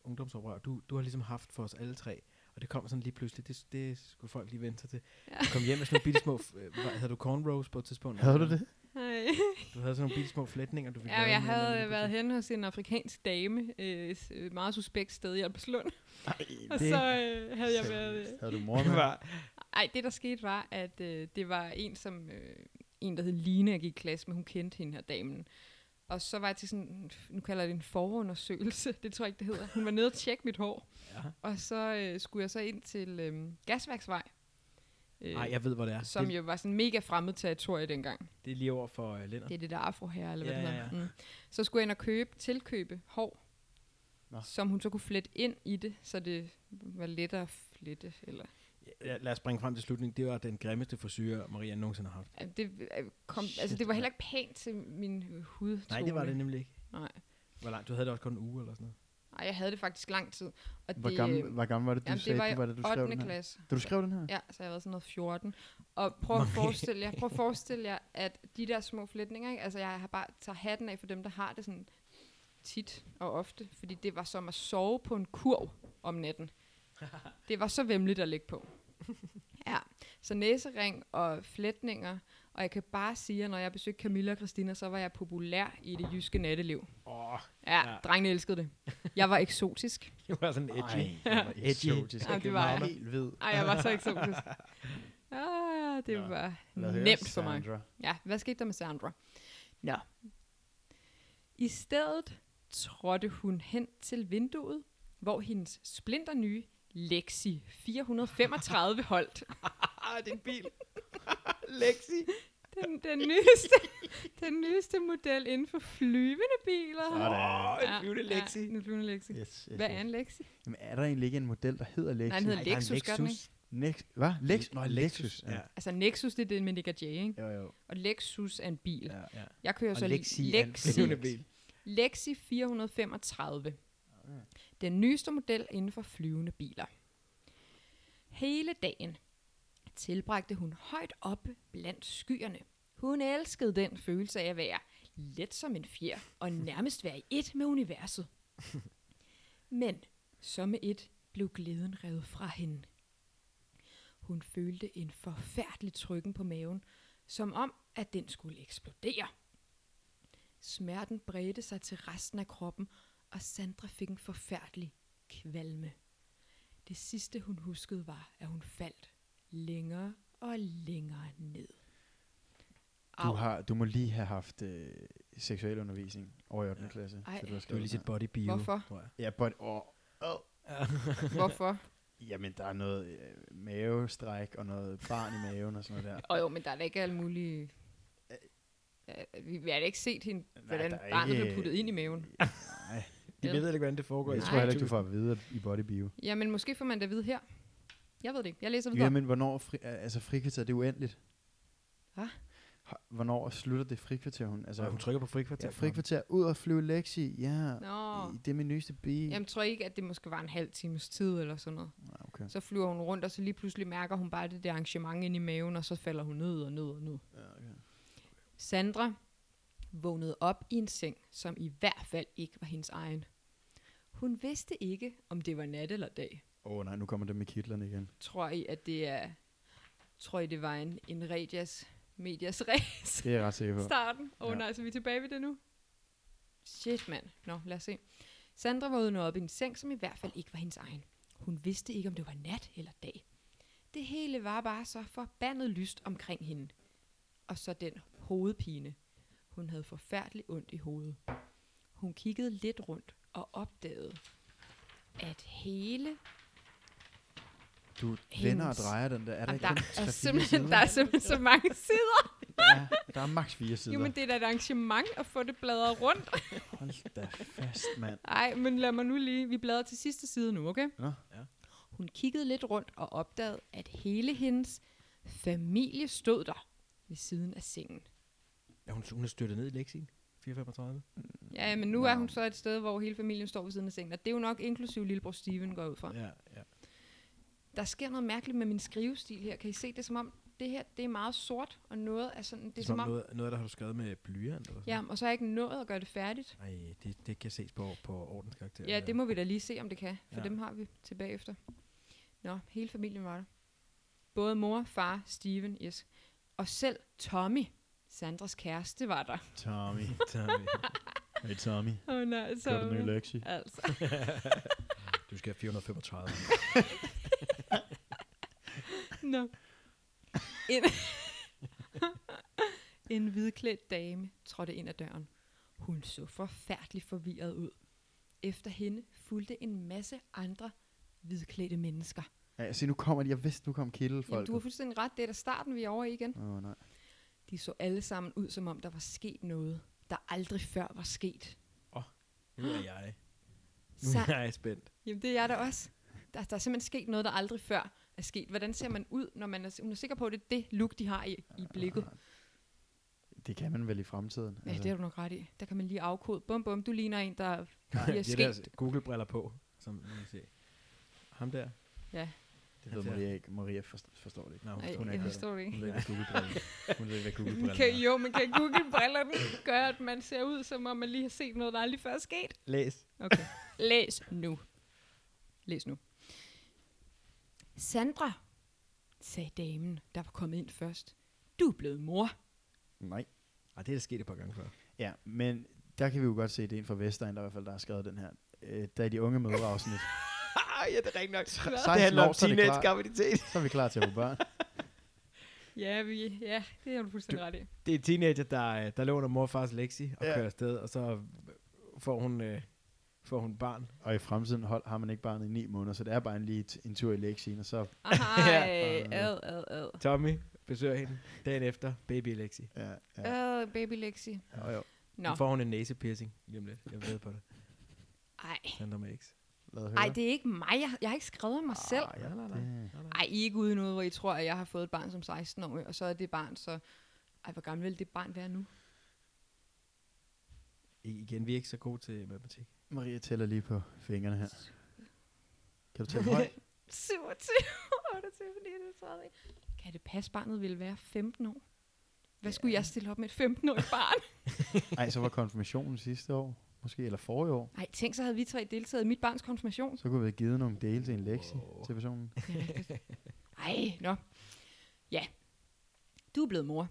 ungdomsoprør. Du, du har ligesom haft for os alle tre. Og det kom sådan lige pludselig. Det, det skulle folk lige vente sig til.
Ja.
Ja. Du kom hjem med sådan nogle bitte små... f- øh, hvad- havde du cornrows på et tidspunkt?
Havde du det?
Hej.
Du havde sådan nogle bitte små flætninger, du fik
Ja,
lavet
jeg
med en eller
havde
anden
været
lige
hen hos en afrikansk dame, øh, s- øh, meget suspekt sted i Alberslund.
pludselig.
Og
Det-
så øh, havde jeg været... Øh,
Havde du mor med?
det var,
Ej, det der skete var, at øh, det var en, som øh, en, der hed Line, jeg gik i klasse med, hun kendte hende her damen. Og så var jeg til sådan, nu kalder jeg det en forundersøgelse, det tror jeg ikke, det hedder. Hun var nede og tjekke mit hår,
ja.
og så øh, skulle jeg så ind til øh, Gasværksvej, øh,
Ej, jeg ved, hvor det er.
som
det,
jo var sådan mega fremmed territorie dengang.
det er lige over for uh, Lennart.
Det er det der afroherre, eller hvad
Ja,
det
ja,
hedder. Mm. Så skulle jeg ind og købe, tilkøbe hår,
Nå.
som hun så kunne flette ind i det, så det var lettere at flette. Eller,
Ja, lad os springe frem til slutningen. Det var den grimmeste forsyre, Maria nogensinde har haft.
Ja, det, øh, kom, altså,
Shit,
det var heller
mand.
ikke pænt til min øh, hudtone.
Nej, det var det nemlig ikke.
Nej.
Hvor langt? Du havde det også kun en uge eller sådan noget.
Nej, jeg havde det faktisk lang tid. Og
Hvor
det,
gammel,
øh,
hvor gammel var det, du
jamen, det
sagde,
var i
du var, da du skrev
8.
den her?
klasse.
Da du skrev den her?
Ja, så jeg har været sådan noget 14. Og prøv at
Mange.
forestille jer, prøv at forestille jer, at de der små flætninger, ikke? altså jeg har bare tager hatten af for dem, der har det sådan tit og ofte, fordi det var som at sove på en kurv om natten. Det var så vemmeligt at ligge på. Ja, så næsering og flætninger, og jeg kan bare sige, at når jeg besøgte Camilla og Christina, så var jeg populær i det jyske natteliv.
Åh, oh,
Ja,
Ja.
ja. drengene elskede det. Jeg var eksotisk.
det var sådan edgy.
Ej, det var
Edgy.
eksotisk.
Ja, det
Jeg
var
var
jeg.
helt ved.
Ej, jeg var så eksotisk. Ah, det
Nå,
var
Lad høre,
nemt for mig.
Sandra.
Ja, hvad skete der med Sandra? Nå. I stedet trådte hun hen til vinduet, hvor hendes splinter nye Lexi 435 holdt.
Ah, det er en bil. Lexi.
Den, den, nyeste, den nyeste model inden for flyvende biler.
Sådan.
Åh, en flyvende
ja,
Lexi.
Ja, en flyvende Lexi.
Yes, yes,
Hvad
yes.
er en Lexi?
Jamen, er der egentlig ikke en model, der hedder Lexus?
Nej, den hedder
der er en
Lexus, gør den ikke?
Nex Hvad? Lex Nå, Lexus.
Ja.
Altså Nexus, det er det med Nick og Jay, ikke?
Jo, jo.
Og Lexus er en bil.
Ja.
ja.
Jeg kører
Og
så
Lexi er en
Lexi.
flyvende bil.
Lexi 435. Den nyeste model inden for flyvende biler. Hele dagen tilbragte hun højt oppe blandt skyerne. Hun elskede den følelse af at være let som en fjer og nærmest være i ét med universet. Men som med et blev glæden revet fra hende. Hun følte en forfærdelig trykken på maven, som om at den skulle eksplodere. Smerten bredte sig til resten af kroppen, og Sandra fik en forfærdelig kvalme. Det sidste, hun huskede, var, at hun faldt længere og længere ned.
Du,
Au.
har, du må lige have haft øh, seksuel undervisning over i 8. Ja. klasse.
Ej.
til du har
Du har
skrevet
lige
den
set Body Bio,
Hvorfor?
tror jeg.
her. Ja, but, oh, oh.
Hvorfor?
Jamen, der er noget øh, mavestræk og noget barn i maven og sådan noget der.
Og jo, men der er da ikke alle mulige... Øh, Vi vi har da ikke set hende, hvordan
der er
barnet
ikke-
blev puttet ind i maven.
Nej,
De ved ikke, hvordan det foregår.
jeg
i
tror heller ikke, du
YouTube.
får at vide at- i bodybio.
Jamen, måske får man det at vide her. Jeg ved det ikke. Jeg læser videre.
Ja, men hvornår fri, altså frikvarter, det er uendeligt.
Hva?
Har- Hvornår slutter det frikvarter, hun? Altså,
Ja, hun trykker på frikvarter.
ja, frikvarter, ud og flyve Lexi, ja.
Nå.
I- Det er min nyeste bil.
Jamen, tror I ikke, at det måske var en halv times tid eller sådan noget?
Nej, okay.
Så flyver hun rundt, og så lige pludselig mærker hun bare det der arrangement ind i maven, og så falder hun ned og ned og ned.
Ja, okay.
Sandra vågnede op i en seng, som i hvert fald ikke var hendes egen. Hun vidste ikke, om det var nat eller dag.
Åh oh, nej, nu kommer det med kitlerne igen.
Tror I, at det er... Tror I, det var en, en radias, medias ræs?
Det er jeg ret sikker på.
starten. Åh oh,
Ja.
nej, så er vi tilbage ved det nu. Shit, mand. Nå, lad os se. Sandra var ude op i en seng, som i hvert fald ikke var hendes egen. Hun vidste ikke, om det var nat eller dag. Det hele var bare så forbandet lyst omkring hende. Og så den hovedpine. Hun havde forfærdeligt ondt i hovedet. Hun kiggede lidt rundt og opdagede, at hele...
Du vender og drejer den der. Er der
Jamen,
ikke
der,
kun
er
tre-fire
simpelthen,
sider?
der er simpelthen så mange sider.
Ja, der er maks fire sider.
Jo, men det er da et arrangement at få det bladret rundt.
Hold da fast, mand.
Ej, men lad mig nu lige... Vi bladrer til sidste side nu, okay?
Nå,
Hun kiggede lidt rundt og opdagede, at hele hendes familie stod der ved siden af sengen.
Ja, hun, hun er styrtet ned i lektien. 435.
Ja, men nu
Nå.
er hun så et sted, hvor hele familien står ved siden af sengen, og det er jo nok inklusiv lillebror Steven går jeg ud fra.
Ja, ja.
Der sker noget mærkeligt med min skrivestil her. Kan I se det er som om, det her det er meget sort, og noget er sådan, det er som om,
noget, noget, der har du skrevet med blyant eller sådan
ja, og så har jeg ikke nået at gøre det færdigt.
Nej, det, det kan ses på, på ordenskarakteren.
Ja, det må vi da lige se, om det kan, for
Ja.
dem har vi tilbage efter. Nå, hele familien var der. Både mor, far, Steven, yes. Og selv Tommy, Sandras kæreste, var der.
Tommy.
Tommy.
Hey, Tommy.
Åh oh, nej, så...
Gør du nye lektie?
altså.
Du skal have 435.
Nå. En, en hvidklædt dame trådte ind ad døren. Hun så forfærdeligt forvirret ud. Efter hende fulgte en masse andre hvidklædte mennesker.
Ja, se, nu kommer de. Jeg vidste, nu kom
Jamen,
kildefolk.
du har fuldstændig ret. Det er da starten, vi er over i igen.
Åh, oh, nej.
De så alle sammen ud, som om der var sket noget, der aldrig før var sket.
nu er jeg. Nu
Så,
er jeg spændt.
jamen, det er jeg da også. Der, der er simpelthen sket noget, der aldrig før er sket. Hvordan ser man ud, når man er, hun er sikker på, at det er det look, de har i, i blikket?
Det kan man vel i fremtiden. Altså,
Ja, det har du nok ret i. Der kan man lige afkode. Bum, bum, du ligner en, der...
Nej,
er
det er
sket.
deres Google-briller på, som nu kan se. Ham der.
Ja.
det ved Maria ikke. Maria forstår, forstår det ikke.
Nej, hun
Ej,
forstår
hun er
jeg
ikke
forstår det ikke.
Hun ved ikke, hvad Google-briller Hun ved ikke,
Men Kan,
hvad Google-briller
jo, men kan Google-brillerne gøre, at man ser ud, som om man lige har set noget, der aldrig før er sket?
Læs.
Okay, læs nu. Læs nu. Sandra, sagde damen, der var kommet ind først. Du er blevet mor.
Nej.
Ej, det er der sket et par gange før.
Ja, men der kan vi jo godt se, at det er en fra Vestegn, der i hvert fald der har skrevet den her. Øh, der er de unge mødre afsnit.
Ej, ja, det er rigtigt nok.
Det handler om
graviditet.
Så er vi klar til at få børn.
Ja, vi, ja det har du fuldstændig ret i.
Det er en teenager, der, øh, der lå under mor og fars leksi og
Ja.
ja. kører afsted, og så får hun, øh, får hun barn.
Og i fremtiden hold, har man ikke barnet i ni måneder, så det er bare en, lige t- en tur i lektien, og så...
Ej,
Ja.
ad, ad, ad.
Tommy besøger hende dagen efter, baby i leksi.
Ja, ja.
Ad, baby Lexi.
Jo, jo.
Nu
Nå,
får hun en næsepiercing lige om lidt. Jeg ved på det.
ej.
Sandra med X.
Lad os høre.
Ej, det er ikke mig. Jeg, jeg har ikke skrevet mig selv.
Ah, ja,
Nej, nej,
det.
Ej, I er ikke ude i noget, hvor I tror, at jeg har fået et barn som 16-årig, og så er det barn så... Ej, hvor gammel vil det barn være nu?
I- Igen, vi er ikke så gode til matematik.
Maria tæller lige på fingrene her. Kan du tælle højt?
27, 28, 39. Kan det passe, barnet ville være 15 år? Hvad skulle jeg stille op med et 15-årigt barn?
Nej, så var konfirmationen sidste år, måske, eller forrige år.
Nej, tænk, så havde vi tre deltaget i mit barns konfirmation.
Så kunne vi have givet nogle dele til en lektie
Wow.
til personen.
Ej, nå. Ja, du er blevet mor.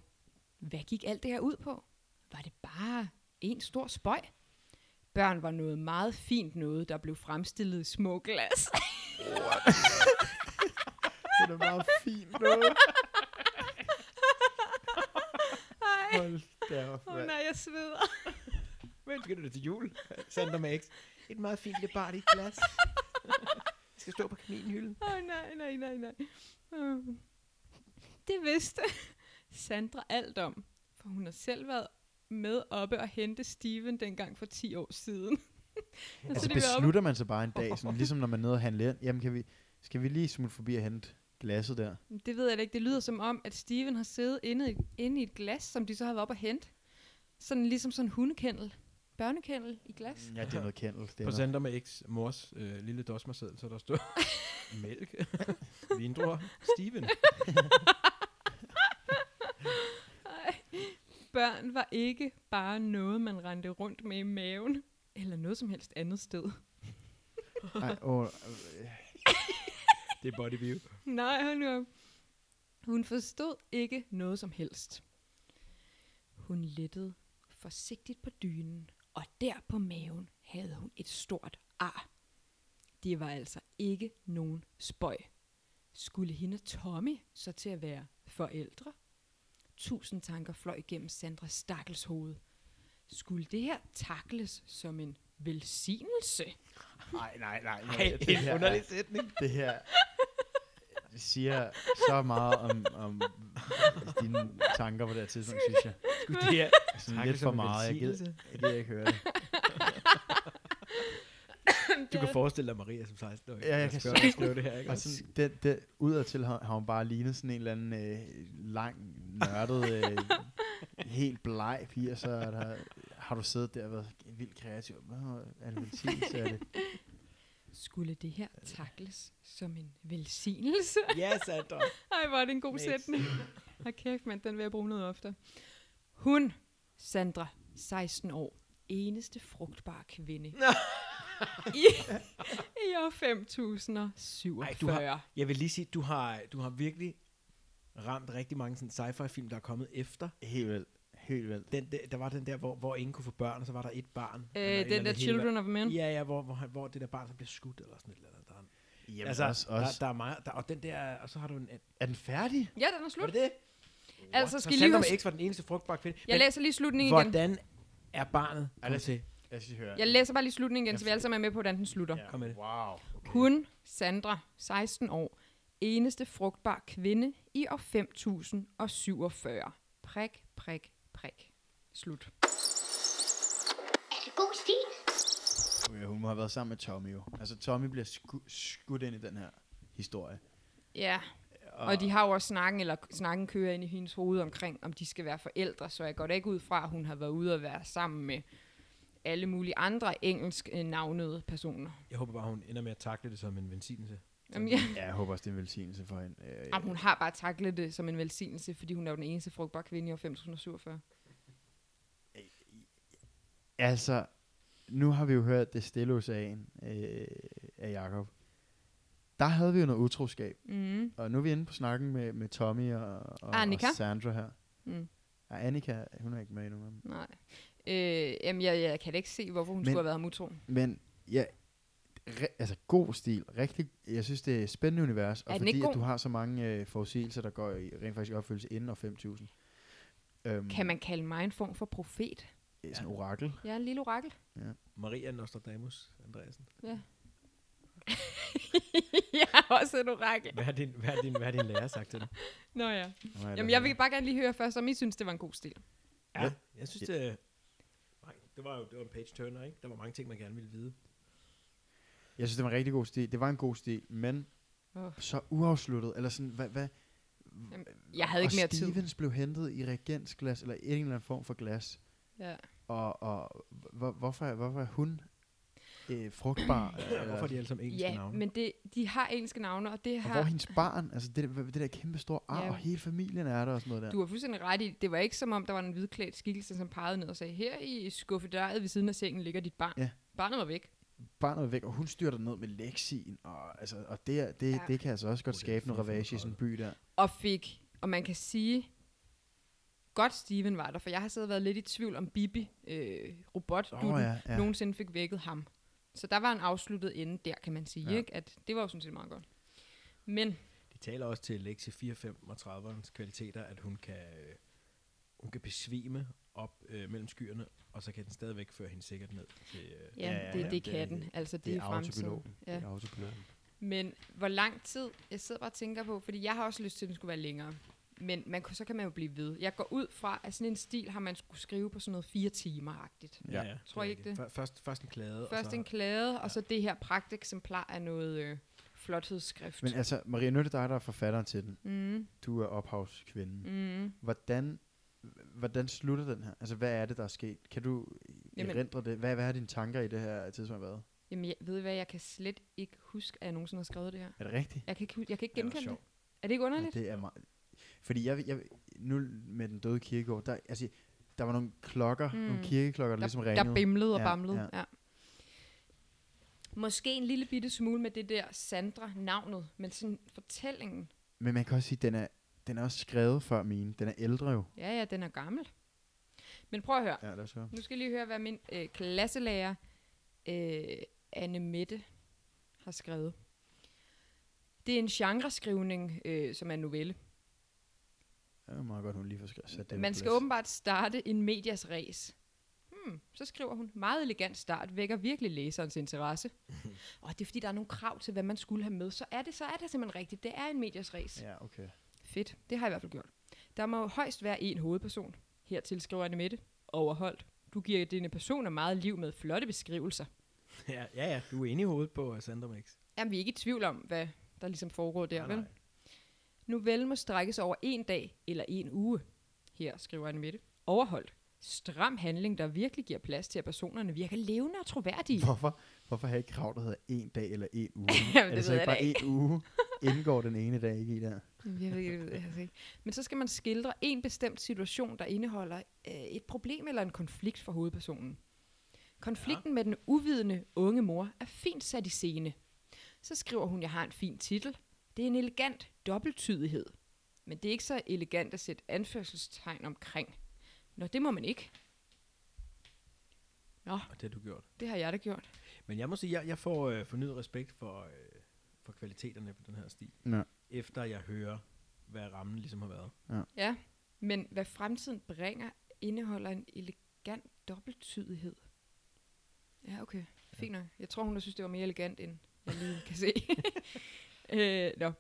Hvad gik alt det her ud på? Var det bare en stor spøj? Børn var noget meget fint noget, der blev fremstillet i små glas.
Det er meget fint noget.
Ej,
Hold da op,
åh
mand.
nej, jeg sveder.
Men skal du det til jul? Sandra med X. Et meget fint lille bart i et glas. Det skal stå på kaninhylden.
Åh nej, nej, nej, nej. Øh. Det vidste Sandra alt om, for hun har selv været med oppe og hente Steven dengang for 10 år siden. Og
Altså
de var oppe-
beslutter man sig bare en dag, sådan, ligesom når man er nede og handler ind. Jamen, kan vi, skal vi lige smutte forbi og hente glasset der?
Det ved jeg da ikke. Det lyder som om, at Steven har siddet inde, i- inde i et glas, som de så har været op og hente. Sådan ligesom sådan en hundekendel. Børnekendel i glas.
Ja, det er noget kendel. Det er
På
noget.
Sandra med X mors øh, lille dosmerseddel, så der stod mælk, vindruer, Steven.
Børn var ikke bare noget, man rendte rundt med i maven. Eller noget som helst andet sted.
Ej, åh, øh,
Det er body view.
Nej, hold nu op. Hun forstod ikke noget som helst. Hun lettede forsigtigt på dynen, og der på maven havde hun et stort ar. Det var altså ikke nogen spøj. Skulle hende og Tommy så til at være forældre? Tusind tanker fløj gennem Sandras stakkels hoved. Skulle det her takles som en velsignelse?
Nej, nej, nej.
Ej,
nej
en underlig
sætning. Det her det siger så meget om, om dine tanker på det her tidspunkt, synes jeg.
Skulle det her
Sådan lidt for meget. Jeg gider, jeg gider ikke høre det.
Du kan forestille dig Maria som 16 år.
Ja, jeg kan
spørge,
sagtens
skrive det her, ikke?
Og sådan, det, det, udadtil har, har hun bare lignet sådan en eller anden øh, lang, nørdet, øh, helt bleg 80'er. og Der, har du siddet der og været vildt kreativ? Hvad er det velsignelse? Er det
Skulle det her takles som en velsignelse?
Ja, Sandra.
Ej, hvor er det en god
Next.
sætning. Og kæft, mand, den vil jeg bruge noget ofte. Hun, Sandra, 16 år, eneste frugtbare kvinde. I, I år 5047.
Ej, du har- Jeg vil lige sige, du har, du har virkelig ramt rigtig mange sådan sci-fi-film, der er kommet efter.
helt vel? Helt vel.
Den, der, der var den der, hvor, hvor ingen kunne få børn, og så var der et barn. eller et
Øh,
eller
den der
andet hele
Children of Men.
verden. Ja, ja, hvor, hvor, han- hvor det der barn, så bliver skudt, eller sådan et eller andet. Der er, en-
Jamen, altså, også, også.
Der, der er meget, der, og den der, og så har du en... en
er den færdig?
Ja, den er
var
slut.
det det?
Altså,
What?
skal I
så
lige
Sandra
huske-
med X var den eneste frugtbare kvinde.
Jeg læser lige slutningen igen.
hvordan er barnet? Er det til?
Jeg skal høre.
Jeg læser bare lige slutningen igen, så vi alle sammen er med på, hvordan den slutter.
Kom med det.
Wow. Okay.
Hun, Sandra, 16 år, eneste frugtbar kvinde i år 5047. Prik, prik, prik. Slut.
Er det god stil?
Okay, hun må have været sammen med Tommy jo. Altså, Tommy bliver sku- skudt ind i den her historie.
Ja, og de har jo også snakken, eller snakken kører ind i hendes hoved omkring, om de skal være forældre, så jeg går da ikke ud fra, at hun har været ude og være sammen med alle mulige andre engelsk øh, navnede personer.
Jeg håber bare, hun ender med at takle det som en velsignelse.
Jamen, ja.
Ja, jeg håber også, det er en velsignelse for hende. Øh,
Jamen, hun har bare taklet det som en velsignelse, fordi hun er jo den eneste frugtbare kvinde i år 5047.
Altså, nu har vi jo hørt det stille ocean øh, af Jakob. Der havde vi jo noget utroskab,
Mm.
og nu er vi inde på snakken med, med Tommy og, og,
Annika.
og Sandra her.
Mm.
Ja, Annika, hun er ikke med endnu. Men,
Nej. Øh, jamen, jeg, jeg kan da ikke se, hvorfor hun
Men-
skulle have været ham utro.
men ja, re, altså god stil. Rigtig, jeg synes, det er et spændende univers, og
Er den
fordi
ikke
at du
god?
har så mange øh, forudsigelser, der går i, rent faktisk i opfyldelse inden år 5000. Øhm,
Kan man kalde mig en form for profet?
øh, Sådan en orakel.
Jeg er en lille orakel.
Maria Nostradamus Andreasen.
jeg er også en orakel.
Hvad har din, hvad har din, hvad har din lærer sagt til dig?
Nå ja.
Nå, eller-
Jamen, jeg vil bare gerne lige høre først, om I synes, det var en god stil.
Ja.
Jeg synes, det, nej, det var jo det var en page turner, ikke? Der var mange ting, man gerne ville vide.
Jeg synes, det var en rigtig god stil. Det var en god stil, men
Åh.
oh. så uafsluttet. Eller sådan, hvad, hvad,
Jeg havde
og
ikke mere
Stevens
tid.
Stevens blev hentet i reagensglas, eller en eller anden form for glas.
Ja.
Og, og hvor, hvorfor, hvorfor er hun øh, frugtbar? eller,
Hvorfor er de alle sammen engelske
ja,
navne?
men det, de har engelske navne, og det
og hvor er
har...
hendes barn? Altså det, det der kæmpe store ar,
Ja.
og hele familien er der og sådan noget der.
Du har fuldstændig ret i, det var ikke som om, der var en hvidklædt skikkelse, som pegede ned og sagde, her i skuffedøret ved siden af sengen ligger dit barn.
Ja.
Barnet var væk.
Barnet er væk, og hun styrter ned med leksien. Og, altså, og det, er- det,
Ja.
ja. det kan altså også godt
Oh, det er
skabe noget
fucking
ravage i sådan en by der.
og fik, og man kan sige, godt Steven var der, for jeg har siddet og været lidt i tvivl om Bibi, øh, robot
Åh oh, ja, ja.
nogensinde fik vækket ham. Så der var en afsluttet ende der, kan man sige,
Ja.
ja. ikke? At det var jo sådan set meget godt. Men,
Det taler også til Lexi 435'ernes kvaliteter, at hun kan, øh, hun kan besvime op øh, mellem skyerne, og så kan den stadigvæk føre hende sikkert ned til... Øh,
ja, ja, ja det, det
det er-
kan den. Altså, det,
det er
er fremtiden.
autopiloten.
Ja.
Det er autopiloten.
Men hvor lang tid, jeg sidder bare og tænker på, fordi jeg har også lyst til, at den skulle være længere. Men man, kunne- så kan man jo blive ved. Jeg går ud fra, at sådan en stil har man skulle skrive på sådan noget fire timer-agtigt.
Ja.
Tror I ikke
rigtigt. Før- Først, først en klade,
Først
og så,
en klade, ja. og så det her pragteksemplar af noget øh, flothedsskrift.
Men altså, Maria, nu er det dig, der er forfatteren til den.
mm,
Du er ophavskvinden.
mm.
Hvordan, hvordan slutter den her? Altså, hvad er det, der er sket? Kan du
Jamen-
Jamen. erindre det? Hvad, hvad har dine tanker i det her tidspunkt været?
Jamen, jeg, ved I hvad, jeg kan slet ikke huske, at jeg nogensinde har skrevet det her.
Er det rigtigt?
Jeg kan ikke, hu- jeg kan ikke
Ja, det var
genkende det.
sjovt.
Er det ikke
Ja,
underligt?
det er meget... Fordi jeg, jeg, nu med den døde kirkegård, der, altså, der var nogle klokker, mm.
Mm.
nogle kirkeklokker, der,
der,
ligesom
der
ringede.
bimlede og
Ja,
bamlede. Ja,
ja.
ja. Måske en lille bitte smule med det der Sandra-navnet, men sådan fortællingen,
Men man kan også sige, at den er, den er også skrevet før mine. Den er ældre jo.
ja ja, den er gammel. Men prøv at høre,
Ja, lad os høre.
nu skal jeg lige høre, hvad min øh, klasselærer, øh, Anne Mette, har skrevet. Det er en genreskrivning, øh, som er en novelle.
Det er meget godt, hun lige får skrevet. Sat det på
Man skal
plads.
åbenbart starte en medias race. hmm, så skriver hun, meget elegant start, vækker virkelig læserens interesse. og det er fordi, der er nogle krav til, hvad man skulle have med. Så er det, så er det simpelthen rigtigt. Det er en mediers race.
Ja, okay.
Fedt, det har jeg i hvert fald gjort. Der må jo højst være en hovedperson. Hertil skriver Anne Mette. Overholdt. Du giver dine personer meget liv med flotte beskrivelser.
ja, ja, ja, du er inde i hovedet på uh, Sandra Max.
Jamen, vi er ikke i tvivl om, hvad der ligesom foregår der,
Nej,
vel?
nej.
Novellen må strækkes over en dag eller en uge. Her skriver Anne Mette. Overholdt. Stram handling, der virkelig giver plads til, at personerne virker levende og troværdige.
Hvorfor, hvorfor har I ikke krav, der hedder en dag eller en uge?
Jamen,
er det,
det
så
ved
ikke
jeg
bare
da
en uge? Indgår den ene dag ikke i der?
Jeg ved, ikke, det ved jeg altså ikke. Men så skal man skildre en bestemt situation, der indeholder øh, et problem eller en konflikt for hovedpersonen. Konflikten ja. med den uvidende unge mor er fint sat i scene. Så skriver hun, jeg har en fin titel. Det er en elegant dobbelttydighed. Men det er ikke så elegant at sætte anførselstegn omkring. Nå, det må man ikke. Nå,
Og det har du gjort.
det har jeg da gjort.
Men jeg må sige, jeg, jeg får øh, fornyet respekt for, øh, for kvaliteterne på den her stil.
Ja.
Efter jeg hører, hvad rammen ligesom har været.
Ja, men hvad fremtiden bringer, indeholder en elegant dobbelttydighed. Ja, okay. Fint nok. Jeg tror, hun der synes, det var mere elegant, end jeg lige kan se. øh, nå.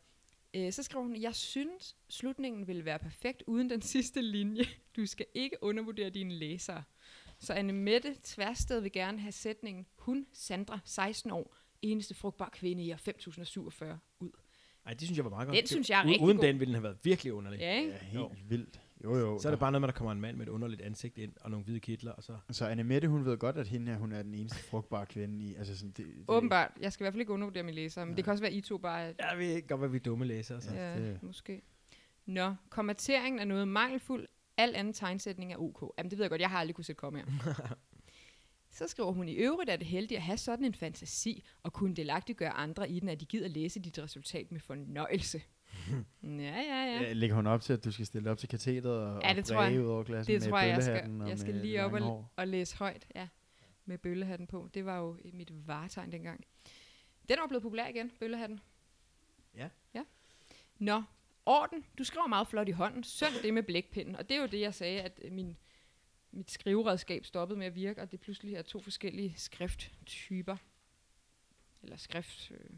Øh, så skrev hun, jeg synes, slutningen ville være perfekt uden den sidste linje. Du skal ikke undervurdere dine læsere. Så Anne Mette Tværsted vil gerne have sætningen, hun, Sandra, 16 år, eneste frugtbar kvinde i år 5047 ud.
Ej, det synes jeg var meget godt.
Den
Det-
synes jeg er
u-
rigtig
Uden
god.
den ville den have været virkelig underlig.
Ja, ikke?
Ja, helt jo. vildt. Jo, jo.
Så er det bare noget med, at der kommer en mand med et underligt ansigt ind, og nogle hvide kitler, og så...
Så Anne Mette, Altså, hun ved godt, at hende her, hun er den eneste frugtbare kvinde i. Altså sådan, det, det,
Åbenbart. Jeg skal i hvert fald ikke undervurdere mine læsere, men det kan også være, I to bare er
Ja, vi ved godt, hvad vi er dumme læsere. Så.
Ja,
det-
måske. Nå, kommenteringen er noget mangelfuld. Al anden tegnsætning er ok. Jamen, det ved jeg godt, jeg har aldrig kunne sætte komme her. Så skriver hun, i øvrigt er det heldigt at have sådan en fantasi, og kunne delagtigt gøre andre i den, at de gider læse dit resultat med fornøjelse. ja, ja, ja.
Ja, lægger hun op til, at du skal stille op til katheteret og,
Ja,
ja,
det
det
tror
og
jeg.
bræge ud over klassen
Det
Altså med
tror jeg, jeg
bøllehatten
skal,
og
jeg skal
med
lige op
lange
og,
hår.
og læse højt. Ja, med bøllehatten på. Det var jo øh, mit varetegn dengang. Den var blevet populær igen, bøllehatten.
Ja.
Ja. Nå, orden. Du skriver meget flot i hånden. Sønd det med blækpinden. Og det er jo det, jeg sagde, at øh, min, mit skriveredskab stoppede med at virke, og det pludselig er to forskellige skrifttyper. Eller skriftmedikamenter. Øh,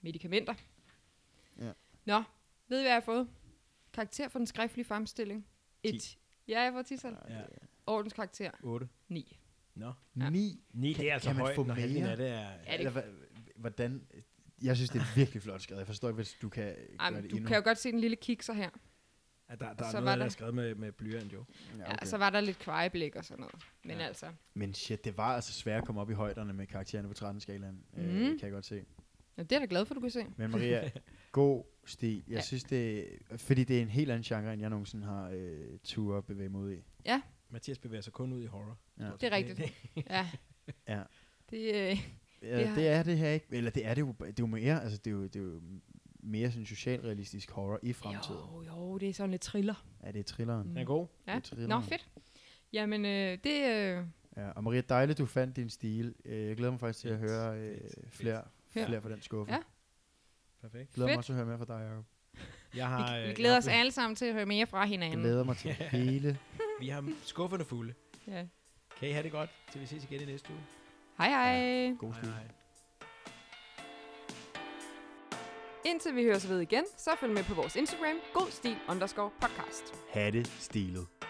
medikamenter.
Ja.
Nå, ved I, hvad jeg har fået? Karakter for den skriftlige fremstilling. Et. Ja, jeg får 10 sådan.
Ja.
Ordens karakter
8.
9.
Nå.
Ja.
Ni.
Ni, det er altså
kan man
højt,
få
når halvdelen
mere?
af det er...
Ja, det-
Eller, hva- hvordan... Jeg synes, det er virkelig flot skrevet. Jeg forstår ikke, hvis du kan
Ej,
gøre det
men du
endnu.
kan jo godt se den lille kikser her.
at der, der er
Så
noget,
var
af det, der
der-
er skrevet med, med blyant jo.
Ja, okay. så var der lidt kvejeblik og sådan noget. Men
Ja.
ja. altså,
Men shit, det var altså svært at komme op i højderne med karaktererne på 13-skalaen. Mm. Øh,
Mhm.
kan jeg godt se.
ja, det er jeg da glad for, du kan se.
Men Maria, god stil. Jeg
Ja.
ja. synes, det Fordi det er en helt anden genre, end jeg nogensinde har øh, tur at bevæge mig ud i.
Mathias bevæger sig kun ud i horror.
Ja.
stort
Det er
set.
rigtigt. Ja.
Ja.
Det, øh,
Ja,
Det har-
det, det er det her ikke. Eller det er det jo, det er jo mere, altså det er jo, det er jo mere sådan socialrealistisk horror i fremtiden. Jo.
jo, jo, Mm. det er sådan lidt thriller.
Ja, det er thrilleren.
Den er god.
Ja.
Det er thrilleren.
Nå, fedt. Jamen, øh, det... Øh,
Ja, og Maria, dejligt, du fandt din stil. Øh, Jeg glæder mig faktisk til at
Fedt,
høre øh,
fedt,
flere,
fedt.
flere fra den skuffe.
Ja.
Ja.
Perfekt.
Glæder
Fedt.
mig også at høre mere fra dig, Jacob.
Jeg har,
vi, vi
øh,
glæder
jeg-
os alle sammen til at høre mere fra
Jeg
hinanden.
glæder mig til hele.
Vi har skufferne fulde.
Ja.
Kan I have det godt, til vi ses igen i næste uge.
Hej hej.
God stil.
Indtil vi høres ved igen, så følg med på vores Instagram, godstil underscore podcast.
Hatte stilet.